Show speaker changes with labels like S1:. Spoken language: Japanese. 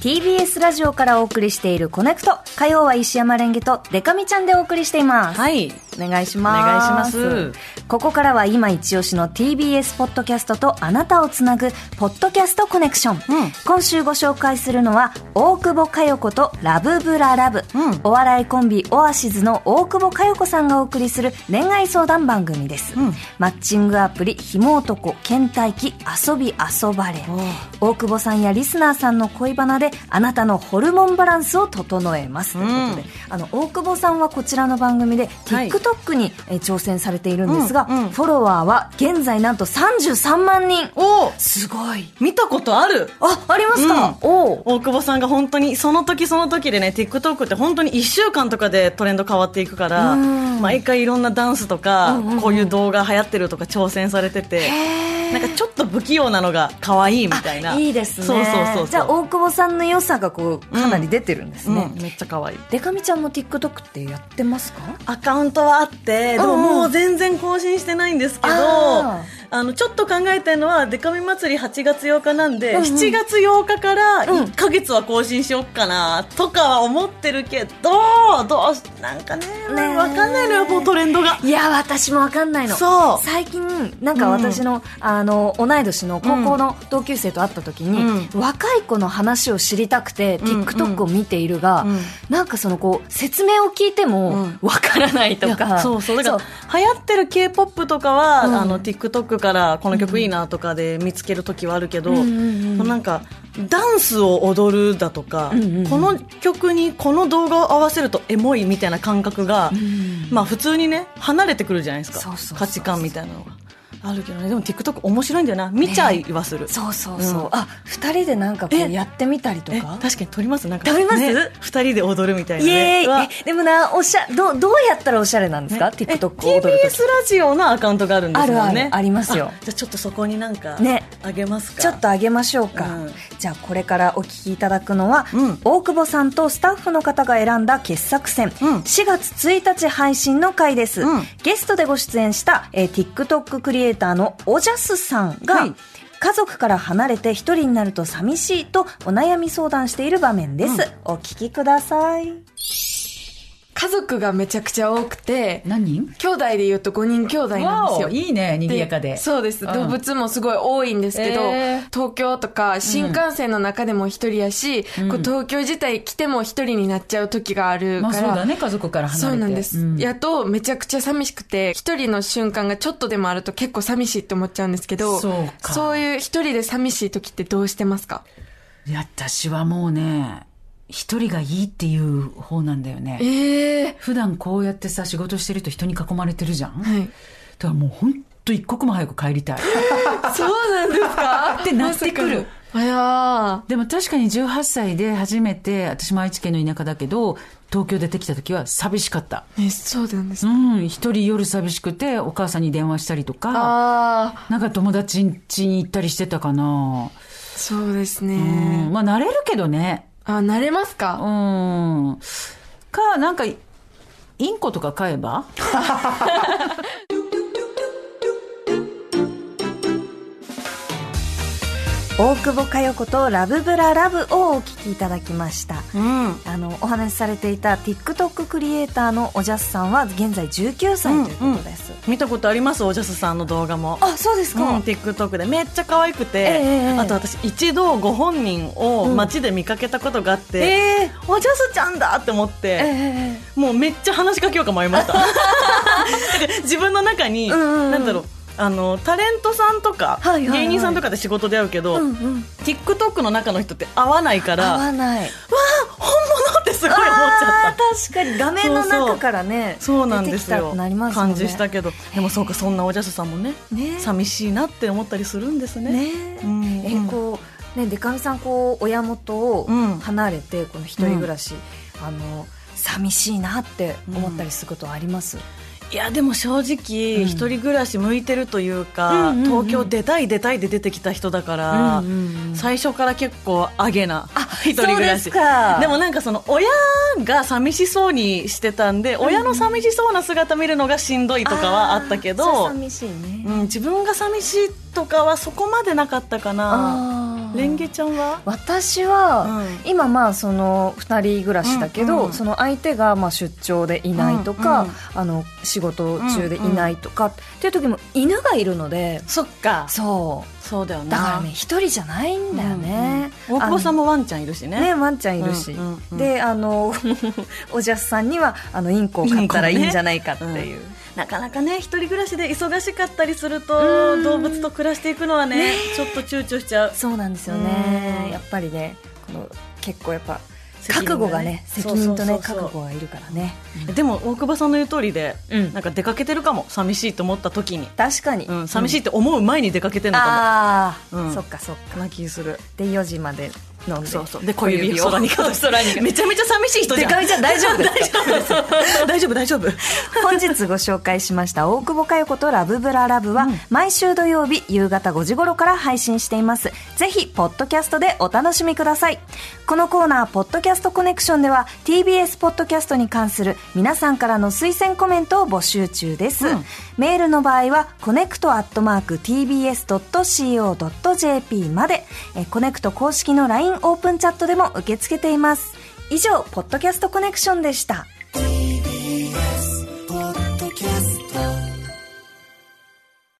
S1: TBS ラジオからお送りしているコネクト火曜は石山レンゲとデカミちゃんでお送りしています
S2: はい。
S1: お願いし
S2: お
S1: ます
S2: 願いします。
S1: ここからは今一押しの TBS ポッドキャストとあなたをつなぐポッドキャストコネクション、
S2: うん
S1: 今週ご紹介するのは大久保佳代子とラブブララブ、
S2: うん
S1: お笑いコンビオアシズの大久保佳代子さんがお送りする恋愛相談番組です、
S2: うん
S1: マッチングアプリ「ひも男倦怠期遊び遊ばれ」大久保さんやリスナーさんの恋バナであなたのホルモンバランスを整えますということで、あの大久保さんはこちらの番組で
S2: はい
S1: TikTok にえー挑戦されているんですが、
S2: うんうん
S1: フォロワーは現在なんと33万人
S2: おー
S1: すごい
S2: 見たことある
S1: あありました、おお
S2: 大久保さんが本当にその時その時でね TikTok って本当に1週間とかでトレンド変わっていくから
S1: うん
S2: 毎回いろんなダンスとかこういう動画流行ってるとか挑戦されててなんかちょっと不器用なのが可愛いみたいない
S1: いですね
S2: そうそうそうそう
S1: じゃあ大久保さんの良さがこうかなり出てるんですね、
S2: うんめっちゃ可愛い
S1: でかみちゃんも TikTok ってやってますか
S2: アカウントはあってで
S1: う
S2: も
S1: んうん
S2: もう全然更新してないんですけど
S1: あ
S2: あのちょっと考えてるのはデカミ祭り8月8日なん
S1: う
S2: で、
S1: んうん
S2: 7月8日から
S1: うん
S2: 1ヶ月は更新しよっかなとかは思ってるけどどうしなんかね
S1: ねえ
S2: わかんないのよもうトレンドが
S1: いや私もわかんないの
S2: そう
S1: 最近なんか私の,、あの同い年の高校の同級生と会った時に、若い子の話を知りたくて、
S2: んうん
S1: TikTok を見ているが、
S2: うん
S1: なんかそのこう説明を聞いてもわからないと
S2: いや
S1: か、
S2: そうそうだから流行ってる k p o p とかは、
S1: うん
S2: あの TikTok からこの曲いいなとかで見つける時はあるけど、
S1: うんうんうん
S2: なんかダンスを踊るだとか、
S1: うんうんうん
S2: この曲にこの動画を合わせるとエモいみたいな感覚が、
S1: ん
S2: まあ普通にね離れてくるじゃないですか
S1: そうそうそう
S2: 価値観みたいなのがあるけどねでも TikTok 面白いんだよな見ちゃいはする、
S1: そうそうそう、
S2: うん
S1: あ二人でなんかこう
S2: え
S1: やってみたりと
S2: え
S1: か
S2: 確かに撮りますなんか
S1: 撮ります
S2: ね、2人で踊るみたいな、
S1: イ
S2: ね、
S1: エ
S2: う
S1: ー
S2: わ
S1: イえでもなおしゃどうどうやったらおしゃれなんですか、
S2: ね
S1: TikTok
S2: え
S1: を踊る時
S2: TBS ラジオのアカウントがあるんですもんね
S1: あるあるありますよ
S2: あじゃあちょっとそこになんか
S1: ね
S2: あげますか
S1: ちょっと上げましょうか、
S2: うん
S1: じゃあこれからお聞きいただくのは、
S2: うん
S1: 大久保さんとスタッフの方が選んだ傑作選、
S2: うん
S1: 4月1日配信の回です、
S2: うん
S1: ゲストでご出演した、えー TikTok クリエイターのおじゃすさんが、
S2: はい
S1: 家族から離れて一人になると寂しいとお悩み相談している場面です、お聞きください
S3: 家族がめちゃくちゃ多くて、
S4: 何人
S3: 兄弟で言うと5人兄弟なんですよ。
S4: いいね、賑
S3: で
S4: やかで。
S3: そうです、
S4: うん
S3: 動物もすごい多いんですけど、
S4: えー
S3: 東京とか新幹線の中でも一人やし、
S4: ん
S3: こう東京自体来ても一人になっちゃう時がある
S4: ま
S3: か
S4: あ
S3: ら、
S4: そうだね、家族から離れて。
S3: そうなんです、
S4: ん
S3: やっとめちゃくちゃ寂しくて一人の瞬間がちょっとでもあると結構寂しいって思っちゃうんですけど
S4: そうか
S3: そういう一人で寂しい時ってどうしてますか
S4: いや私はもうね、一人がいいっていう方なんだよね。
S3: ええ
S4: 普段こうやってさ、仕事してると人に囲まれてるじゃん。だ
S3: はい、
S4: からもうほんと一刻も早く帰 りたい。
S3: そうなんですか
S4: ってなってくる
S3: まさかの いやー
S4: でも確かに18歳で初めて、私も愛知県の田舎だけど、東京出てきた時は寂しかった。
S3: えそうなんです
S4: う
S3: ね
S4: ん、一人夜寂しくて、お母さんに電話したりとか、
S3: ああ
S4: なんか友達ん家に行ったりしてたかな。
S3: そうですね、
S4: うん、まあ慣れるけどね。
S3: あ慣れますか
S4: うん。か、なんか、インコとか飼えば
S1: 大久保佳代子とラブブララブをお聞きいただきました
S2: うん
S1: あのお話しされていた TikTok クリエイターのおじゃすさんは現在19歳ということです、
S2: 見たことありますおじゃすさんの動画も
S1: あそうです
S2: うん
S1: か、
S2: TikTok でめっちゃ可愛くて、
S1: ええ
S2: あと私一度ご本人を街で見かけたことがあって、
S1: え
S2: おじゃすちゃんだって思って、
S1: ええ
S2: もうめっちゃ話しかけようか迷いま したなんか自分の中に、
S1: うんうんうん
S2: なんだろうあのタレントさんとか、
S1: はいはいはい
S2: 芸人さんとかで仕事で会うけど、
S1: うんうん
S2: TikTok の中の人って合わないか
S1: 合
S2: ら
S1: わない
S2: 本物ってすごい思っちゃ
S1: あ
S2: っ
S1: ー確かに画面の中からね
S2: たそうなんです
S1: 出てきた
S2: よ
S1: くなりますもんね
S2: 感じしたけどでもそうかそんなおじゃすさんもね
S1: ね
S2: 寂しいなって思ったりするんですね
S1: ね
S2: うん
S1: えこうねでかみさんこう親元を
S2: うん
S1: 離れてこの一人暮らし、あの寂しいなって思ったりすることはあります、
S2: いやでも正直、
S4: うん
S2: 一人暮らし向いてるというか、
S1: うんうんうん
S2: 東京出たい出たいで出てきた人だから、最初から結構アゲな一人暮らし
S1: そうですか
S2: でもなんかその親が寂しそうにしてたんで、親の寂しそうな姿見るのがしんどいとかはあったけ
S1: あーそ
S2: ど
S1: れ寂しいね、
S2: うん、自分が寂しいとかはそこまでなかったか
S1: あ
S2: な
S1: ー
S2: レンゲちゃんは
S1: 私は、
S2: う
S1: 今まあその2人暮らしだけど、
S2: うんうん
S1: その相手がまあ出張でいないとか、
S2: うんうん
S1: あの仕事中でいないとかっていう時も犬がいるので、
S2: そっか
S1: そう
S2: そうだよな
S1: だからね一人じゃないんだよね、
S2: 大久保さん
S1: も
S2: もワンちゃんいるしね
S1: ねワンちゃんいるし、
S2: うんうんうん
S1: であの おじゃすさんにはあのインコを飼ったらい
S2: インコね
S1: いんじゃないかっていう、
S2: なかなかね一人暮らしで忙しかったりする
S1: う
S2: と
S1: ん
S2: 動物と暮らしていくのはねちょっと躊躇しちゃう
S1: そうなんですよ
S2: う
S1: ね
S2: ん
S1: やっぱりねこの結構やっぱ
S2: 責
S1: 覚
S2: 任
S1: 悟
S2: が
S1: が
S2: ね
S1: ね責
S2: そう
S1: 任とね
S2: そうそう
S1: 覚悟がいるからね
S2: でも大久保さんの言う通りで
S1: うん
S2: なんか出かけてるかも寂しいと思った時に、
S1: 確かに、
S2: うん、寂しいって思う前に出かけてるのか
S1: ああ、
S2: うん
S1: そっかそっ
S2: も、
S1: か
S2: な気する
S1: で4時まで飲んで
S2: そうそうで小指を空にかざしてめちゃめちゃ寂しい人
S1: で
S2: じゃん
S1: か みちゃん大丈夫ですか
S2: 大丈夫大丈夫
S1: 本日ご紹介しました大久保佳代子とラブブララブは、毎週土曜日夕方5時頃から配信しています。ぜひ、ポッドキャストでお楽しみください。このコーナー、ポッドキャストコネクションでは、TBS ポッドキャストに関する皆さんからの推薦コメントを募集中です。メールの場合は、コネクトアットマーク TBS.CO.JP まで、えーコネクト公式の LINE オープンチャットでも受け付けています。以上、ポッドキャストコネクションでした。